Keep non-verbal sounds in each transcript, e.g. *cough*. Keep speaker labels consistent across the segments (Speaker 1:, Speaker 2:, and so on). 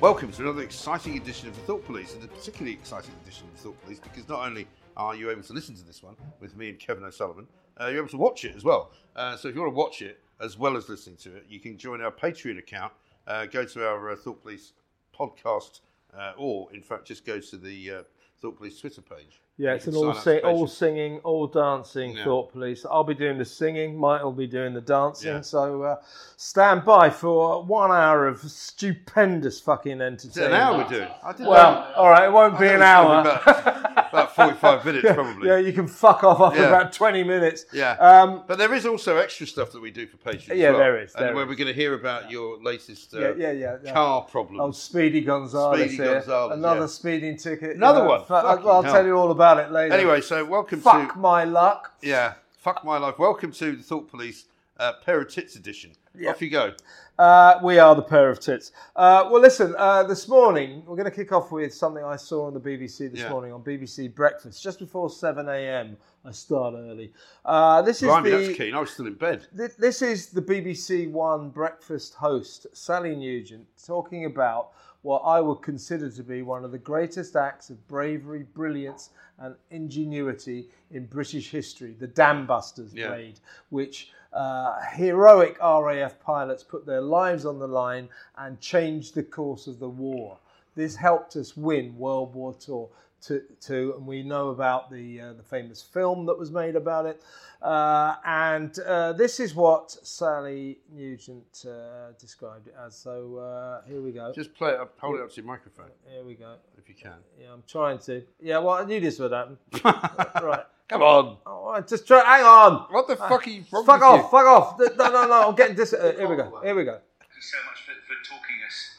Speaker 1: Welcome to another exciting edition of the Thought Police, and a particularly exciting edition of the Thought Police because not only are you able to listen to this one with me and Kevin O'Sullivan, uh, you're able to watch it as well. Uh, so if you want to watch it as well as listening to it, you can join our Patreon account, uh, go to our uh, Thought Police podcast, uh, or in fact just go to the uh, Thought Police Twitter page.
Speaker 2: Yeah,
Speaker 1: You
Speaker 2: it's
Speaker 1: can
Speaker 2: an all
Speaker 1: sign up
Speaker 2: si-
Speaker 1: to
Speaker 2: all
Speaker 1: Patreon.
Speaker 2: singing, all dancing
Speaker 1: Yeah.
Speaker 2: thought police. I'll be doing the singing. Mike will be doing the dancing.
Speaker 1: Yeah.
Speaker 2: So uh, stand by for one hour of stupendous
Speaker 1: Is
Speaker 2: fucking
Speaker 1: it
Speaker 2: entertainment.
Speaker 1: an hour we're doing? I didn't
Speaker 2: Well, all right, it won't be
Speaker 1: I
Speaker 2: an
Speaker 1: know
Speaker 2: hour.
Speaker 1: it's gonna be about- about
Speaker 2: *laughs*
Speaker 1: 45 minutes,
Speaker 2: Yeah,
Speaker 1: probably.
Speaker 2: Yeah, you can fuck off after
Speaker 1: Yeah.
Speaker 2: about twenty minutes.
Speaker 1: Yeah.
Speaker 2: Um,
Speaker 1: But there is also extra stuff that we do for Patreon. as
Speaker 2: Yeah,
Speaker 1: well,
Speaker 2: there is,
Speaker 1: and
Speaker 2: there
Speaker 1: where
Speaker 2: is.
Speaker 1: we're going to hear about your latest uh,
Speaker 2: yeah, yeah, yeah. Oh, yeah.
Speaker 1: car problem.
Speaker 2: Old Speedy Gonzales
Speaker 1: Speedy
Speaker 2: here.
Speaker 1: Gonzales,
Speaker 2: Another
Speaker 1: yeah.
Speaker 2: speeding ticket. you
Speaker 1: Another
Speaker 2: know,
Speaker 1: one.
Speaker 2: fu- I'll,
Speaker 1: Fucking
Speaker 2: I'll
Speaker 1: hell.
Speaker 2: tell you all about it later.
Speaker 1: anyway, so welcome
Speaker 2: fuck
Speaker 1: to
Speaker 2: my luck.
Speaker 1: yeah, fuck my life. Welcome to the Thought Police uh, Pair of Tits edition.
Speaker 2: Yeah.
Speaker 1: Off you go.
Speaker 2: Uh, we are the pair of tits. Uh, well, listen, uh, this morning we're going to kick off with something I saw on the BBC this
Speaker 1: Yeah.
Speaker 2: morning on BBC Breakfast, just before 7 a.m. I start early. Uh, this is
Speaker 1: Blimey,
Speaker 2: the.
Speaker 1: that's keen. I was still in bed.
Speaker 2: Th- This is the BBC One breakfast host, Sally Nugent, talking about what I would consider to be one of the greatest acts of bravery, brilliance, and ingenuity in British history the Dambusters
Speaker 1: Yeah.
Speaker 2: raid, which uh, heroic RAF pilots put their lives on the line and changed the course of the war. This helped us win World War II. To, to, and we know about the uh, the famous film that was made about it, uh, and uh, this is what Sally Nugent uh, described it as. So uh, here we go.
Speaker 1: Just play it up, hold it up to your microphone
Speaker 2: Here we go.
Speaker 1: if you can.
Speaker 2: Yeah, I'm trying to. Yeah, well, I knew this would happen. right.
Speaker 1: *laughs* Come on.
Speaker 2: Oh, I just try. Hang on.
Speaker 1: What the fuck are you? Wrong
Speaker 2: Fuck
Speaker 1: with
Speaker 2: off.
Speaker 1: you?
Speaker 2: Fuck off. No, no, no. I'm getting this. Uh, here we go. Here we go.
Speaker 3: Thanks so much for, for talking us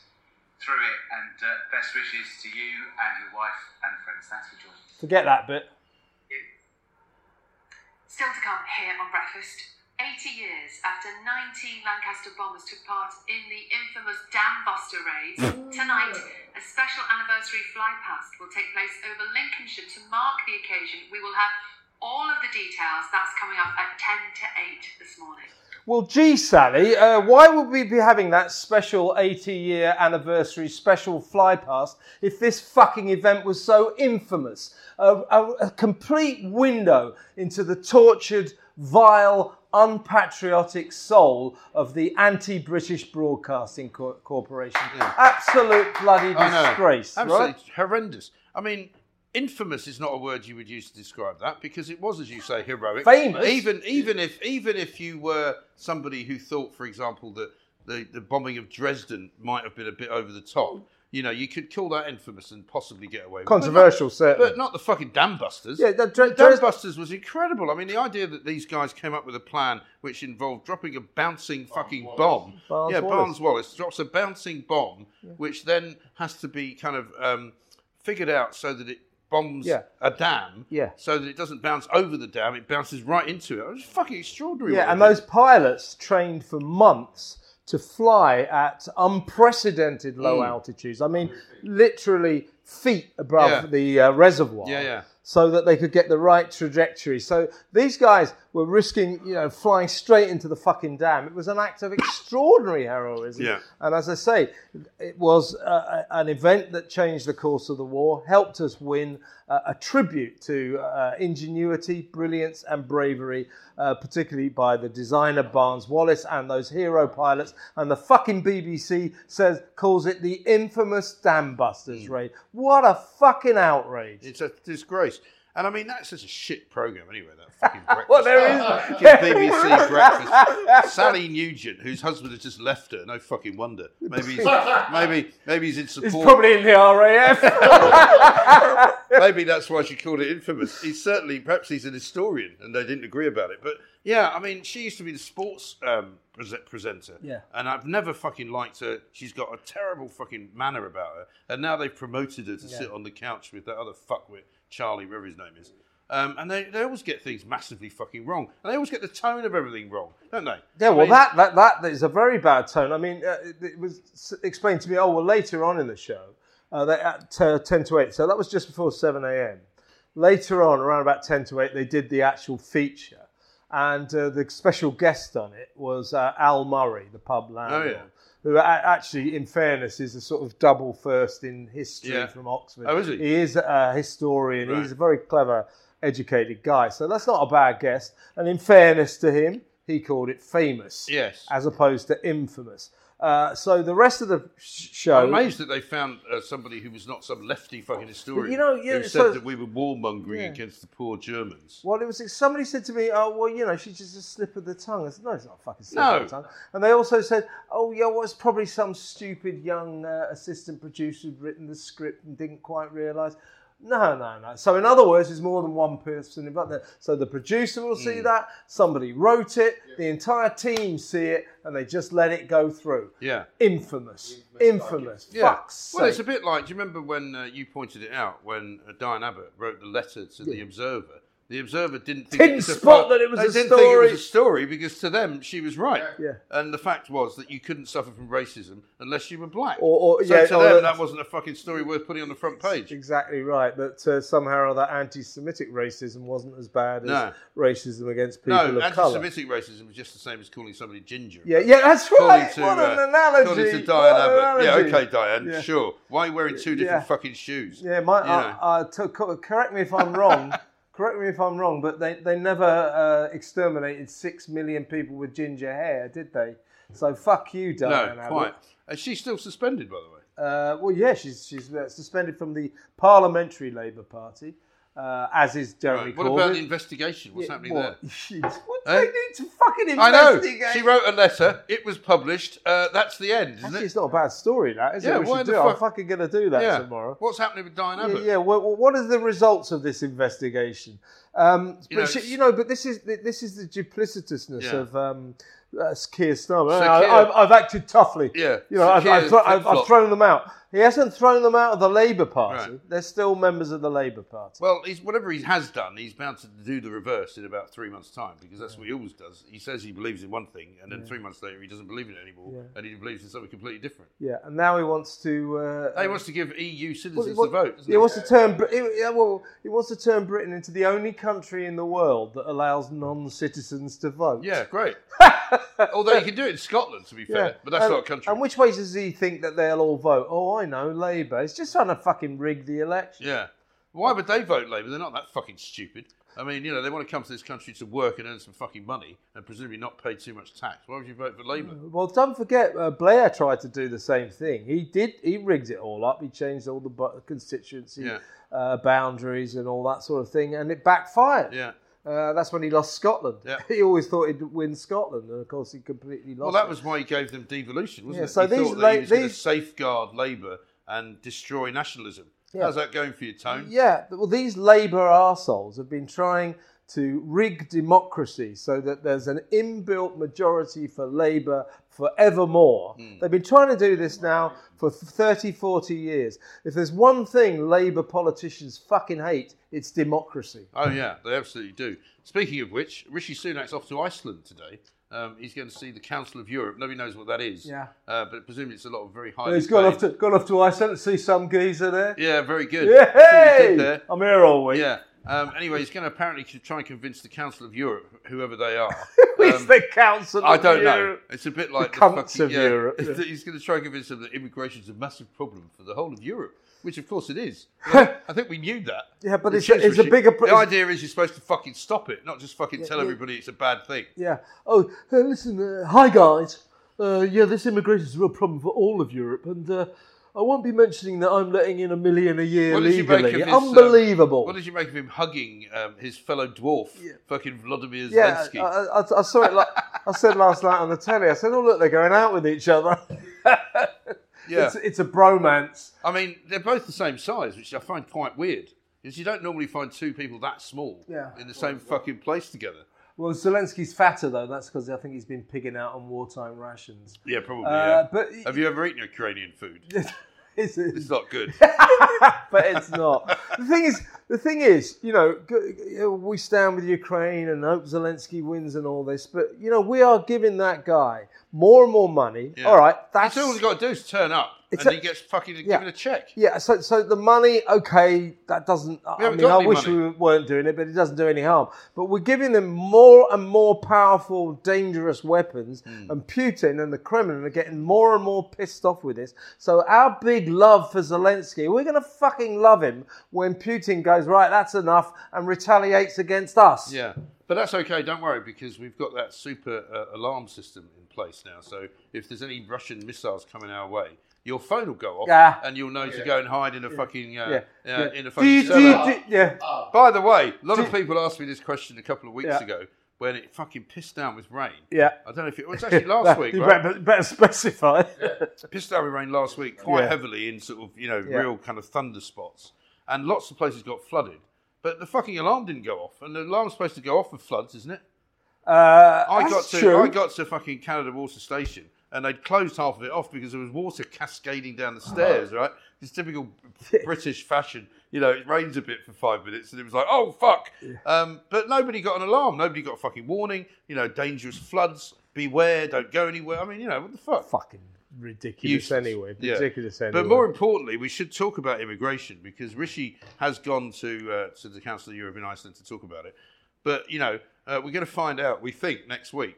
Speaker 3: through it, and uh, best wishes to you and your wife and friends. Thanks for joining.
Speaker 2: Forget that bit.
Speaker 4: Still to come here on Breakfast. 80 years after 19 Lancaster bombers took part in the infamous Dam Buster raid, tonight a special anniversary flypast will take place over Lincolnshire to mark the occasion. We will have all of the details. That's coming up at 10 to 8 this morning.
Speaker 2: Well, gee, Sally, uh, why would we be having that special 80 year anniversary special fly past if this fucking event was so infamous? A, a- a complete window into the tortured, vile, unpatriotic soul of the anti British Broadcasting Cor- Corporation. Absolute bloody
Speaker 1: I know.
Speaker 2: disgrace,
Speaker 1: Absolutely
Speaker 2: right?
Speaker 1: horrendous. I mean, infamous is not a word you would use to describe that because it was, as you say, heroic.
Speaker 2: Famous?
Speaker 1: Even even if even if you were somebody who thought, for example, that the, the bombing of Dresden might have been a bit over the top, you know, you could call that infamous and possibly get away with
Speaker 2: Controversial,
Speaker 1: it. But not-
Speaker 2: certainly.
Speaker 1: But not the fucking dambusters.
Speaker 2: yeah, the Dre-
Speaker 1: Dam
Speaker 2: Dres-
Speaker 1: Busters was incredible. I mean, the idea that these guys came up with a plan which involved dropping a bouncing fucking bomb.
Speaker 2: Barnes
Speaker 1: yeah,
Speaker 2: Wallace.
Speaker 1: Barnes Wallace drops a bouncing bomb, which then has to be kind of um, figured out so that it bombs
Speaker 2: Yeah.
Speaker 1: a dam,
Speaker 2: Yeah.
Speaker 1: so that it doesn't bounce over the dam; it bounces right into it. It was fucking extraordinary. what
Speaker 2: Yeah,
Speaker 1: they
Speaker 2: and
Speaker 1: did.
Speaker 2: those pilots trained for months to fly at unprecedented low
Speaker 1: Mm.
Speaker 2: altitudes. I mean, literally feet above
Speaker 1: Yeah.
Speaker 2: the uh, reservoir.
Speaker 1: Yeah, yeah.
Speaker 2: So that they could get the right trajectory. So these guys were risking, you know, flying straight into the fucking dam. It was an act of extraordinary heroism.
Speaker 1: Yeah.
Speaker 2: And as I say, it was uh, a- an event that changed the course of the war, helped us win, uh, a tribute to uh, ingenuity, brilliance, and bravery, uh, particularly by the designer Barnes Wallace and those hero pilots. And the fucking BBC says calls it the infamous Dam Busters raid. What a fucking outrage!
Speaker 1: It's a disgrace. And I mean, that's such a shit program anyway,
Speaker 2: *laughs*
Speaker 1: that fucking breakfast.
Speaker 2: Well, there is.
Speaker 1: Fucking BBC breakfast. Sally Nugent, whose husband has just left her, no fucking wonder. Maybe
Speaker 2: *laughs*
Speaker 1: he's, maybe, maybe he's in
Speaker 2: It's
Speaker 1: support.
Speaker 2: probably in the RAF.
Speaker 1: Maybe that's why she called it infamous. He's certainly, perhaps he's an historian, and they didn't agree about it. But yeah, I mean, she used to be the sports um, prese- presenter.
Speaker 2: Yeah.
Speaker 1: And I've never fucking liked her. She's got a terrible fucking manner about her. And now they've promoted her to
Speaker 2: Yeah.
Speaker 1: sit on the couch with that other fuckwit, Charlie, whatever his name is. Um, and they, they always get things massively fucking wrong. And they always get the tone of everything wrong, don't they?
Speaker 2: Yeah,
Speaker 1: I
Speaker 2: well,
Speaker 1: mean-
Speaker 2: that, that that is a very bad tone. I mean, uh, it, it was s- explained to me. Oh, well, later on in the show, uh, they, at uh, ten to eight. So that was just before seven a.m. Later on, around about ten to eight, they did the actual feature, and uh, the special guest on it was uh, Al Murray, the pub landlord,
Speaker 1: Oh, yeah.
Speaker 2: who a- actually, in fairness, is a sort of double first in history
Speaker 1: Yeah.
Speaker 2: from Oxford.
Speaker 1: Oh, is he?
Speaker 2: He is a historian.
Speaker 1: Right.
Speaker 2: He's a very clever, educated guy. So that's not a bad guess. And in fairness to him, he called it famous
Speaker 1: Yes.
Speaker 2: as opposed to infamous. Uh, so the rest of the sh- show.
Speaker 1: I'm amazed that they found uh, somebody who was not some lefty fucking historian
Speaker 2: you know,
Speaker 1: who
Speaker 2: yeah,
Speaker 1: said
Speaker 2: so-
Speaker 1: that we were warmongering
Speaker 2: Yeah.
Speaker 1: against the poor Germans.
Speaker 2: Well, it was somebody said to me, "Oh, well, you know, she's just a slip of the tongue." I said, "No, it's not a fucking slip
Speaker 1: No.
Speaker 2: of the tongue." And they also said, "Oh, yeah, well, it's probably some stupid young uh, assistant producer who'd written the script and didn't quite realise." No, no, no. So, in other words, there's more than one person involved. There. So the producer will
Speaker 1: Mm.
Speaker 2: see that somebody wrote it, the entire team see it, and they just let it go through.
Speaker 1: Yeah.
Speaker 2: Infamous,
Speaker 5: Infamous
Speaker 2: infamous.
Speaker 1: Yeah.
Speaker 2: Fuck's
Speaker 1: Well, it's a
Speaker 2: sake.
Speaker 1: bit like. Do you remember when uh, you pointed it out when uh, Diane Abbott wrote the letter to the Observer? The Observer didn't think
Speaker 2: Didn't
Speaker 1: it was a
Speaker 2: spot
Speaker 1: fu-
Speaker 2: that it was
Speaker 1: they
Speaker 2: a
Speaker 1: didn't think it
Speaker 2: story.
Speaker 1: was a story because to them she was right.
Speaker 2: Yeah.
Speaker 1: And the fact was that you couldn't suffer from racism unless you were black.
Speaker 2: Or- or-
Speaker 1: so
Speaker 2: yeah,
Speaker 1: to
Speaker 2: or
Speaker 1: them
Speaker 2: that-
Speaker 1: that wasn't a fucking story worth putting on the front page.
Speaker 2: Exactly right. That uh, somehow or other anti-Semitic racism wasn't as bad as
Speaker 1: No.
Speaker 2: racism against people
Speaker 1: No,
Speaker 2: of colour.
Speaker 1: anti-Semitic racism is just the same as calling somebody ginger.
Speaker 2: Yeah, yeah, that's
Speaker 1: According
Speaker 2: right.
Speaker 1: to,
Speaker 2: what an
Speaker 1: uh,
Speaker 2: analogy.
Speaker 1: according to
Speaker 2: what
Speaker 1: Diane
Speaker 2: an
Speaker 1: Abbott.
Speaker 2: analogy.
Speaker 1: Yeah, okay, Diane,
Speaker 2: Yeah.
Speaker 1: sure. Why are you wearing two different
Speaker 2: Yeah.
Speaker 1: fucking shoes?
Speaker 2: Yeah, my,
Speaker 1: You know.
Speaker 2: I, I, to, co- correct me if I'm
Speaker 1: *laughs*
Speaker 2: wrong. correct me if I'm wrong, but they, they never uh, exterminated six million people with ginger hair, did they? So fuck you,
Speaker 1: no,
Speaker 2: Diane Abbott.
Speaker 1: quite. And she's still suspended, by the way.
Speaker 2: Uh, well, yeah, she's she's uh, suspended from the parliamentary Labour Party, uh, as is Jeremy
Speaker 1: Right, What
Speaker 2: Corbyn.
Speaker 1: about the investigation? What's
Speaker 2: Yeah,
Speaker 1: happening there?
Speaker 2: *laughs* what? what do
Speaker 1: Eh?
Speaker 2: they need to fucking
Speaker 1: I know.
Speaker 2: investigate?
Speaker 1: She wrote a letter. It was published. Uh, that's the end, isn't
Speaker 2: Actually,
Speaker 1: it?
Speaker 2: it's not a bad story, that is
Speaker 1: Yeah,
Speaker 2: it? We
Speaker 1: why
Speaker 2: should
Speaker 1: the
Speaker 2: do it. I'm
Speaker 1: fuck-
Speaker 2: fucking gonna do that
Speaker 1: yeah.
Speaker 2: tomorrow.
Speaker 1: What's happening with Diane
Speaker 2: Yeah,
Speaker 1: Abbott?
Speaker 2: yeah. Well, well, what are the results of this investigation? Um,
Speaker 1: You
Speaker 2: but
Speaker 1: know,
Speaker 2: she-
Speaker 1: it's-
Speaker 2: you know, but this is this is the duplicitousness
Speaker 1: Yeah.
Speaker 2: of um, uh, Keir Starmer.
Speaker 1: So
Speaker 2: I,
Speaker 1: Keir-
Speaker 2: I've, I've acted toughly.
Speaker 1: Yeah,
Speaker 2: You know,
Speaker 1: so
Speaker 2: I've,
Speaker 1: Keir
Speaker 2: I've, thro- I've, I've
Speaker 1: flip-flopped.
Speaker 2: thrown them out. He hasn't thrown them out of the Labour Party.
Speaker 1: Right.
Speaker 2: They're still members of the Labour Party.
Speaker 1: Well, he's, whatever he has done, he's bound to do the reverse in about three months' time because that's what he always does. He says he believes in one thing, and then three months later, he doesn't believe in it anymore,
Speaker 2: Yeah.
Speaker 1: and he believes in something completely different.
Speaker 2: yeah, and now he wants to. Uh,
Speaker 1: He wants to give EU
Speaker 2: Well,
Speaker 1: citizens
Speaker 2: wa-
Speaker 1: the vote. doesn't
Speaker 2: he wants to turn. Br- he- yeah, well, he wants to turn Britain into the only country in the world that allows non-citizens to vote.
Speaker 1: Yeah, great.
Speaker 2: *laughs*
Speaker 1: Although you can do it in Scotland, to be fair, but that's
Speaker 2: and,
Speaker 1: not a country.
Speaker 2: Um, And which way does he think that they'll all vote? Oh, I know, Labour. It's just trying to fucking rig the election.
Speaker 1: Yeah. Why would they vote Labour? They're not that fucking stupid. I mean, you know, they want to come to this country to work and earn some fucking money and presumably not pay too much tax. Why would you vote for Labour?
Speaker 2: Well, don't forget, uh, Blair tried to do the same thing. He did. He rigged it all up. He changed all the bu- constituency
Speaker 1: Yeah.
Speaker 2: uh, boundaries and all that sort of thing, and it backfired.
Speaker 1: Yeah.
Speaker 2: Uh, that's when he lost Scotland.
Speaker 1: Yeah.
Speaker 2: *laughs* He always thought he'd win Scotland, and of course, he completely lost.
Speaker 1: Well, that
Speaker 2: it.
Speaker 1: was why he gave them devolution, wasn't
Speaker 2: Yeah,
Speaker 1: it?
Speaker 2: so
Speaker 1: he
Speaker 2: these
Speaker 1: thought that he
Speaker 2: la-
Speaker 1: was going to
Speaker 2: these-
Speaker 1: safeguard Labour and destroy nationalism.
Speaker 2: Yeah.
Speaker 1: How's that going for your tone?
Speaker 2: Yeah, well, these Labour arseholes have been trying to rig democracy so that there's an inbuilt majority for Labour forevermore.
Speaker 1: Hmm.
Speaker 2: They've been trying to do this now for 30, 40 years. If there's one thing Labour politicians fucking hate, it's democracy.
Speaker 1: Oh, yeah, they absolutely do. Speaking of which, Rishi Sunak's off to Iceland today. Um, he's going to see the Council of Europe. Nobody knows what that is.
Speaker 2: Yeah.
Speaker 1: Uh, but presumably it's a lot of very high.
Speaker 2: He's gone off, to, gone off to Iceland to see some geezer there.
Speaker 1: Yeah, very good.
Speaker 2: Yeah,
Speaker 1: See what you did
Speaker 2: hey!
Speaker 1: there.
Speaker 2: I'm here all week.
Speaker 1: Yeah. Um, anyway, he's going to apparently c- try and convince the Council of Europe, whoever they
Speaker 2: *laughs*
Speaker 1: are.
Speaker 2: It's
Speaker 1: Um,
Speaker 2: the council.
Speaker 1: I
Speaker 2: of
Speaker 1: don't know.
Speaker 2: Europe.
Speaker 1: It's a bit like
Speaker 2: The cunts of Europe,
Speaker 1: it's
Speaker 2: yeah.
Speaker 1: that He's going to try and convince them that immigration is a massive problem for the whole of Europe, which of course it
Speaker 2: *laughs*
Speaker 1: is. But I think we knew that.
Speaker 2: Yeah, but
Speaker 1: It
Speaker 2: it's, a-
Speaker 1: is,
Speaker 2: it's a
Speaker 1: Richie.
Speaker 2: bigger. pro-
Speaker 1: The idea is you're supposed to fucking stop it, not just fucking tell
Speaker 2: yeah.
Speaker 1: everybody it's a bad thing.
Speaker 2: Yeah. Oh, uh, listen. Uh, hi, guys. Uh, yeah, this immigration's a real problem for all of Europe, and uh, I won't be mentioning that I'm letting in a million a year
Speaker 1: What did you make
Speaker 2: legally.
Speaker 1: of his, um,
Speaker 2: Unbelievable.
Speaker 1: What did you make of him hugging um, his fellow dwarf, fucking Vladimir
Speaker 2: yeah, uh,
Speaker 1: Zelensky?
Speaker 2: I, I, I saw it. Like, I said last night on the telly. I said, "Oh look, they're going out with each other." *laughs*
Speaker 1: yeah.
Speaker 2: it's, it's a bromance.
Speaker 1: I mean, they're both the same size, which I find quite weird. Because you don't normally find two people that small
Speaker 2: Yeah.
Speaker 1: in the same fucking place together.
Speaker 2: Well, Zelensky's fatter though. That's because I think he's been pigging out on wartime rations.
Speaker 1: Yeah, probably.
Speaker 2: Uh, but
Speaker 1: yeah. Have you ever eaten Ukrainian food?
Speaker 2: *laughs* it's,
Speaker 1: It's not
Speaker 2: *laughs*
Speaker 1: good.
Speaker 2: but it's not. The thing is, the thing is, you know, g- g- we stand with Ukraine and hope Zelensky wins and all this, but you know, we are giving that guy more and more money.
Speaker 1: Yeah.
Speaker 2: All right, that's
Speaker 1: That's all he's got to do is turn up,
Speaker 2: It's
Speaker 1: and
Speaker 2: a-
Speaker 1: he gets fucking
Speaker 2: Yeah.
Speaker 1: given a check.
Speaker 2: yeah. So, so the money, okay, that doesn't.
Speaker 1: We
Speaker 2: I
Speaker 1: haven't
Speaker 2: mean,
Speaker 1: got
Speaker 2: I
Speaker 1: any
Speaker 2: wish
Speaker 1: money.
Speaker 2: we weren't doing it, but it doesn't do any harm. But we're giving them more and more powerful, dangerous weapons,
Speaker 1: Hmm.
Speaker 2: and Putin and the Kremlin are getting more and more pissed off with this. So our big love for Zelensky, we're going to fucking love him when Putin goes right. That's enough, and retaliates against us.
Speaker 1: Yeah, but that's okay. Don't worry because we've got that super uh, alarm system in place now. So if there's any Russian missiles coming our way, your phone will go off,
Speaker 2: Yeah.
Speaker 1: and you'll know to go and hide in a fucking uh,
Speaker 2: Yeah,
Speaker 1: uh,
Speaker 2: yeah.
Speaker 1: in a
Speaker 2: Do you-
Speaker 1: fucking
Speaker 2: do you-
Speaker 1: cellar.
Speaker 2: do you- yeah.
Speaker 1: By the way, a lot of
Speaker 2: Do-
Speaker 1: people asked me this question a couple of weeks
Speaker 2: Yeah.
Speaker 1: ago when it fucking pissed down with rain.
Speaker 2: Yeah.
Speaker 1: I don't know if it, it was
Speaker 2: *laughs*
Speaker 1: actually last week.
Speaker 2: you
Speaker 1: right?
Speaker 2: better, better specify.
Speaker 1: pissed down with rain last week quite
Speaker 2: Yeah.
Speaker 1: heavily in sort of you know
Speaker 2: Yeah.
Speaker 1: real kind of thunder spots, and lots of places got flooded. But the fucking alarm didn't go off, and the alarm's supposed to go off with floods, isn't it?
Speaker 2: *laughs* Uh,
Speaker 1: I
Speaker 2: that's
Speaker 1: got to
Speaker 2: true.
Speaker 1: I got to fucking Canada Water Station, and they'd closed half of it off because there was water cascading down
Speaker 2: Oh.
Speaker 1: the stairs. Right, it's
Speaker 2: *laughs*
Speaker 1: typical British fashion. You know, it rains a bit for five minutes, and it was like, oh fuck. Um, but nobody got an alarm. Nobody got a fucking warning. You know, dangerous floods. Beware! Don't go anywhere. I mean, you know, what the fuck?
Speaker 2: fucking ridiculous
Speaker 1: Useless.
Speaker 2: anyway.
Speaker 1: Yeah.
Speaker 2: Ridiculous anyway.
Speaker 1: But more importantly, we should talk about immigration because Rishi has gone to uh, to the Council of Europe in Iceland to talk about it. But you know, uh, we're going to find out. We think next week,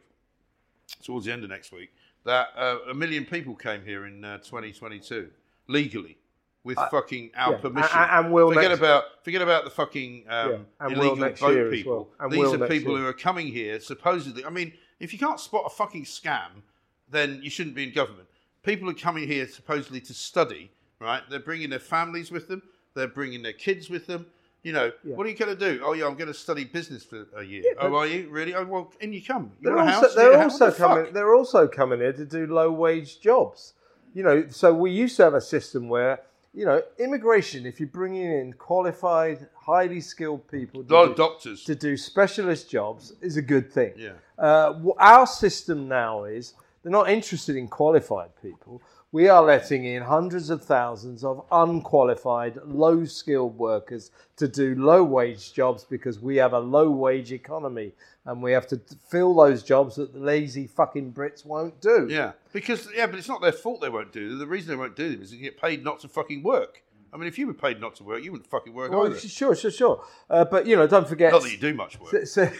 Speaker 1: towards the end of next week, that uh, a million people came here in uh, 2022 legally with fucking our
Speaker 2: yeah.
Speaker 1: permission.
Speaker 2: A- a- and will
Speaker 1: forget
Speaker 2: next-
Speaker 1: about forget about the fucking um,
Speaker 2: Yeah, and will
Speaker 1: illegal
Speaker 2: next year
Speaker 1: boat
Speaker 2: as
Speaker 1: people.
Speaker 2: well, and
Speaker 1: These
Speaker 2: will
Speaker 1: are
Speaker 2: next
Speaker 1: people
Speaker 2: year.
Speaker 1: who are coming here supposedly. I mean, if you can't spot a fucking scam, then you shouldn't be in government. People are coming here supposedly to study, right? They're bringing their families with them. They're bringing their kids with them. You know, what are you going to do? Oh, yeah, I'm going to study business for a year. oh, are you really? Oh, well, in you come. You
Speaker 2: they're
Speaker 1: want a
Speaker 2: also,
Speaker 1: house? You
Speaker 2: they're
Speaker 1: get a house?
Speaker 2: also
Speaker 1: What the
Speaker 2: coming.
Speaker 1: fuck?
Speaker 2: They're also coming here to do low wage jobs. You know, so we used to have a system where you know immigration. If you're bringing in qualified, highly skilled
Speaker 1: A
Speaker 2: people
Speaker 1: lot
Speaker 2: to
Speaker 1: of
Speaker 2: do,
Speaker 1: doctors.
Speaker 2: to do specialist jobs, is a good thing.
Speaker 1: Yeah.
Speaker 2: Uh, wh- our system now is they're not interested in qualified people. We are letting in hundreds of thousands of unqualified, low skilled workers to do low wage jobs because we have a low wage economy and we have to t- fill those jobs that the lazy fucking Brits won't do.
Speaker 1: Yeah, because yeah, but it's not their fault they won't do them. The reason they won't do them is they get paid not to fucking work. I mean, if you were paid not to work, you wouldn't fucking work
Speaker 2: Well,
Speaker 1: either.
Speaker 2: Oh, sure, sure, sure. Uh, but, you know, don't forget.
Speaker 1: Not that you do much work.
Speaker 2: so- so-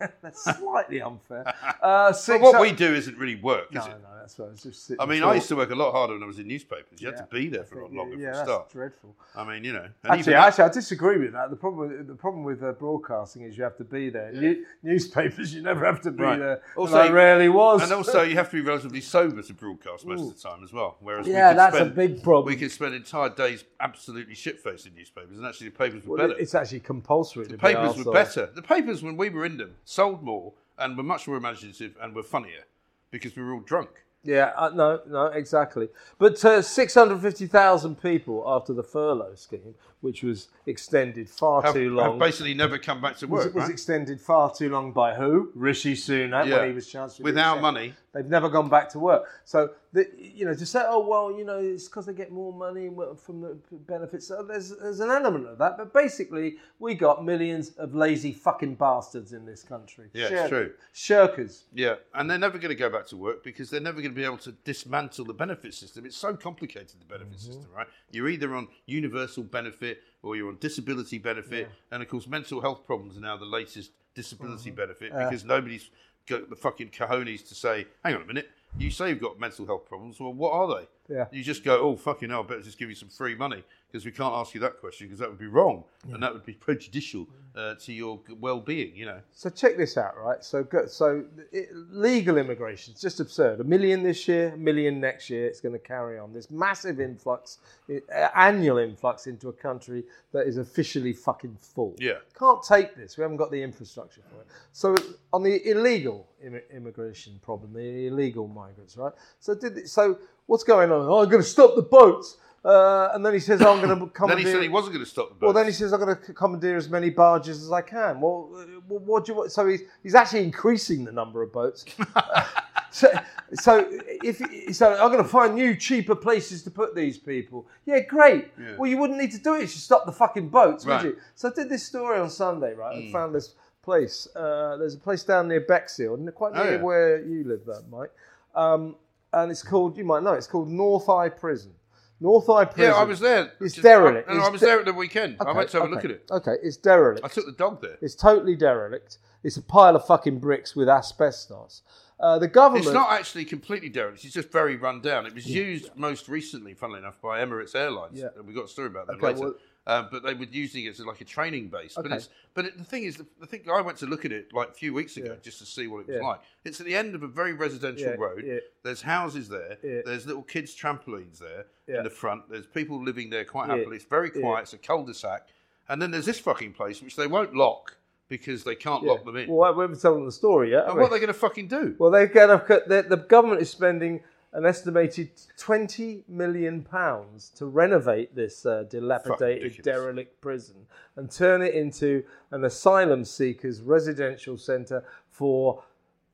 Speaker 2: *laughs* that's
Speaker 1: *laughs*
Speaker 2: slightly unfair. Uh,
Speaker 1: But
Speaker 2: six-
Speaker 1: what we do isn't really work,
Speaker 2: No,
Speaker 1: is
Speaker 2: no,
Speaker 1: it?
Speaker 2: that's what I was just sitting
Speaker 1: I mean,
Speaker 2: thought.
Speaker 1: I used to work a lot harder when I was in newspapers. You had to be there for a lot longer from
Speaker 2: yeah,
Speaker 1: the
Speaker 2: that's
Speaker 1: start.
Speaker 2: dreadful.
Speaker 1: I mean, you know, and
Speaker 2: Actually,
Speaker 1: even-
Speaker 2: actually, I disagree with that. The problem, with, the problem with uh, broadcasting is you have to be there. New, newspapers, *laughs* you never have to be
Speaker 1: Right.
Speaker 2: there.
Speaker 1: Also-
Speaker 2: Also, I rarely was.
Speaker 1: and
Speaker 2: *laughs*
Speaker 1: also you have to be relatively sober to broadcast most of the time as well. Whereas we
Speaker 2: yeah,
Speaker 1: could
Speaker 2: that's
Speaker 1: spend,
Speaker 2: a big problem.
Speaker 1: We could spend entire days absolutely shit-faced in newspapers, and actually the papers were
Speaker 2: Well,
Speaker 1: better.
Speaker 2: It's actually compulsory.
Speaker 1: The papers were better. The papers, when we were in them, sold more and were much more imaginative and were funnier because we were all drunk.
Speaker 2: Yeah, uh, no, no, exactly. But uh, 650,000 people after the furlough scheme, which was extended far
Speaker 1: Have,
Speaker 2: too
Speaker 1: have
Speaker 2: long.
Speaker 1: basically never come back to
Speaker 2: was,
Speaker 1: work,
Speaker 2: was
Speaker 1: right?
Speaker 2: extended far too long by who? Rishi Sunak
Speaker 1: Yeah.
Speaker 2: when he was Chancellor. of
Speaker 1: With
Speaker 2: the
Speaker 1: our
Speaker 2: Exchequer.
Speaker 1: money.
Speaker 2: They've never gone back to work. So, the, you know, to say, oh, well, you know, it's because they get more money from the benefits. So there's, there's an element of that. But basically, we got millions of lazy fucking bastards in this country.
Speaker 1: Yeah, it's
Speaker 2: Shirk-
Speaker 1: true.
Speaker 2: Shirkers.
Speaker 1: Yeah, and they're never going to go back to work because they're never going to be able to dismantle the benefit system. It's so complicated, the benefit
Speaker 2: Mm-hmm.
Speaker 1: system, right? You're either on universal benefit or you're on disability benefit. And of course, mental health problems are now the latest disability
Speaker 2: Mm-hmm.
Speaker 1: benefit because nobody's got the fucking cojones to say, hang on a minute, you say you've got mental health problems. Well, what are they?
Speaker 2: Yeah.
Speaker 1: You just go, oh, fucking hell, I better just give you some free money because we can't ask you that question because that would be wrong and that would be prejudicial uh, to your g- well-being, you know.
Speaker 2: So check this out, right? So go, so it, legal immigration is just absurd. A million this year, a million next year. It's going to carry on. This massive influx, uh, annual influx into a country that is officially fucking full.
Speaker 1: Yeah.
Speaker 2: can't take this. We haven't got the infrastructure for it. So on the illegal Im- immigration problem, the illegal migrants, right? So did so what's going on? Oh, I'm going to stop the boats. Uh, and then he says,
Speaker 1: *coughs*
Speaker 2: "I'm going to come."
Speaker 1: Then he said he wasn't going to stop the boats.
Speaker 2: Well, then he says, I'm going to commandeer as many barges as I can. Well, uh, well, what do you want? So he's, he's actually increasing the number
Speaker 1: *laughs*
Speaker 2: of boats. so, so if so, I'm going to find new, cheaper places to put these people. Yeah, great.
Speaker 1: Yeah.
Speaker 2: Well, you wouldn't need to do it. You should stop the fucking boats,
Speaker 1: Right. Hmm.
Speaker 2: would you? So I did this story on Sunday, right? I found this place. Uh, there's a place down near Bexhill, n- quite
Speaker 1: Oh,
Speaker 2: near
Speaker 1: yeah.
Speaker 2: where you live, that Mike. Um, and it's called, you might know, it's called North Eye Prison. North Eye Prison.
Speaker 1: yeah, I was there.
Speaker 2: It's
Speaker 1: Just-
Speaker 2: derelict.
Speaker 1: I, no,
Speaker 2: It's
Speaker 1: I was
Speaker 2: de-
Speaker 1: there at the weekend. I went to have a look at it.
Speaker 2: Okay, it's derelict.
Speaker 1: I took the dog there.
Speaker 2: It's totally derelict. It's a pile of fucking bricks with asbestos. Uh, the government.
Speaker 1: It's not actually completely derelict. It's just very run down. It was used most recently, funnily enough, by Emirates Airlines.
Speaker 2: Yeah.
Speaker 1: And we got a story about that
Speaker 2: Okay,
Speaker 1: later.
Speaker 2: well-
Speaker 1: Um, but they were using it as like a training base. But
Speaker 2: Okay.
Speaker 1: it's but it, the thing is, the, the thing I went to look at it like a few weeks ago
Speaker 2: Yeah.
Speaker 1: just to see what it was
Speaker 2: Yeah.
Speaker 1: like. It's at the end of a very residential
Speaker 2: Yeah,
Speaker 1: road.
Speaker 2: yeah.
Speaker 1: There's houses there.
Speaker 2: Yeah.
Speaker 1: There's little kids trampolines there
Speaker 2: Yeah.
Speaker 1: in the front. There's people living there quite
Speaker 2: Yeah.
Speaker 1: happily. It's very
Speaker 2: Yeah.
Speaker 1: quiet. It's a cul-de-sac. And then there's this fucking place which they won't lock because they can't
Speaker 2: Yeah.
Speaker 1: lock them in.
Speaker 2: Well, we haven't told them the story yet. have
Speaker 1: and
Speaker 2: we?
Speaker 1: what are they going to fucking do?
Speaker 2: Well, they're going to. The, the government is spending an estimated twenty million pounds to renovate this uh, dilapidated,
Speaker 1: ridiculous.
Speaker 2: derelict prison and turn it into an asylum seekers residential centre for.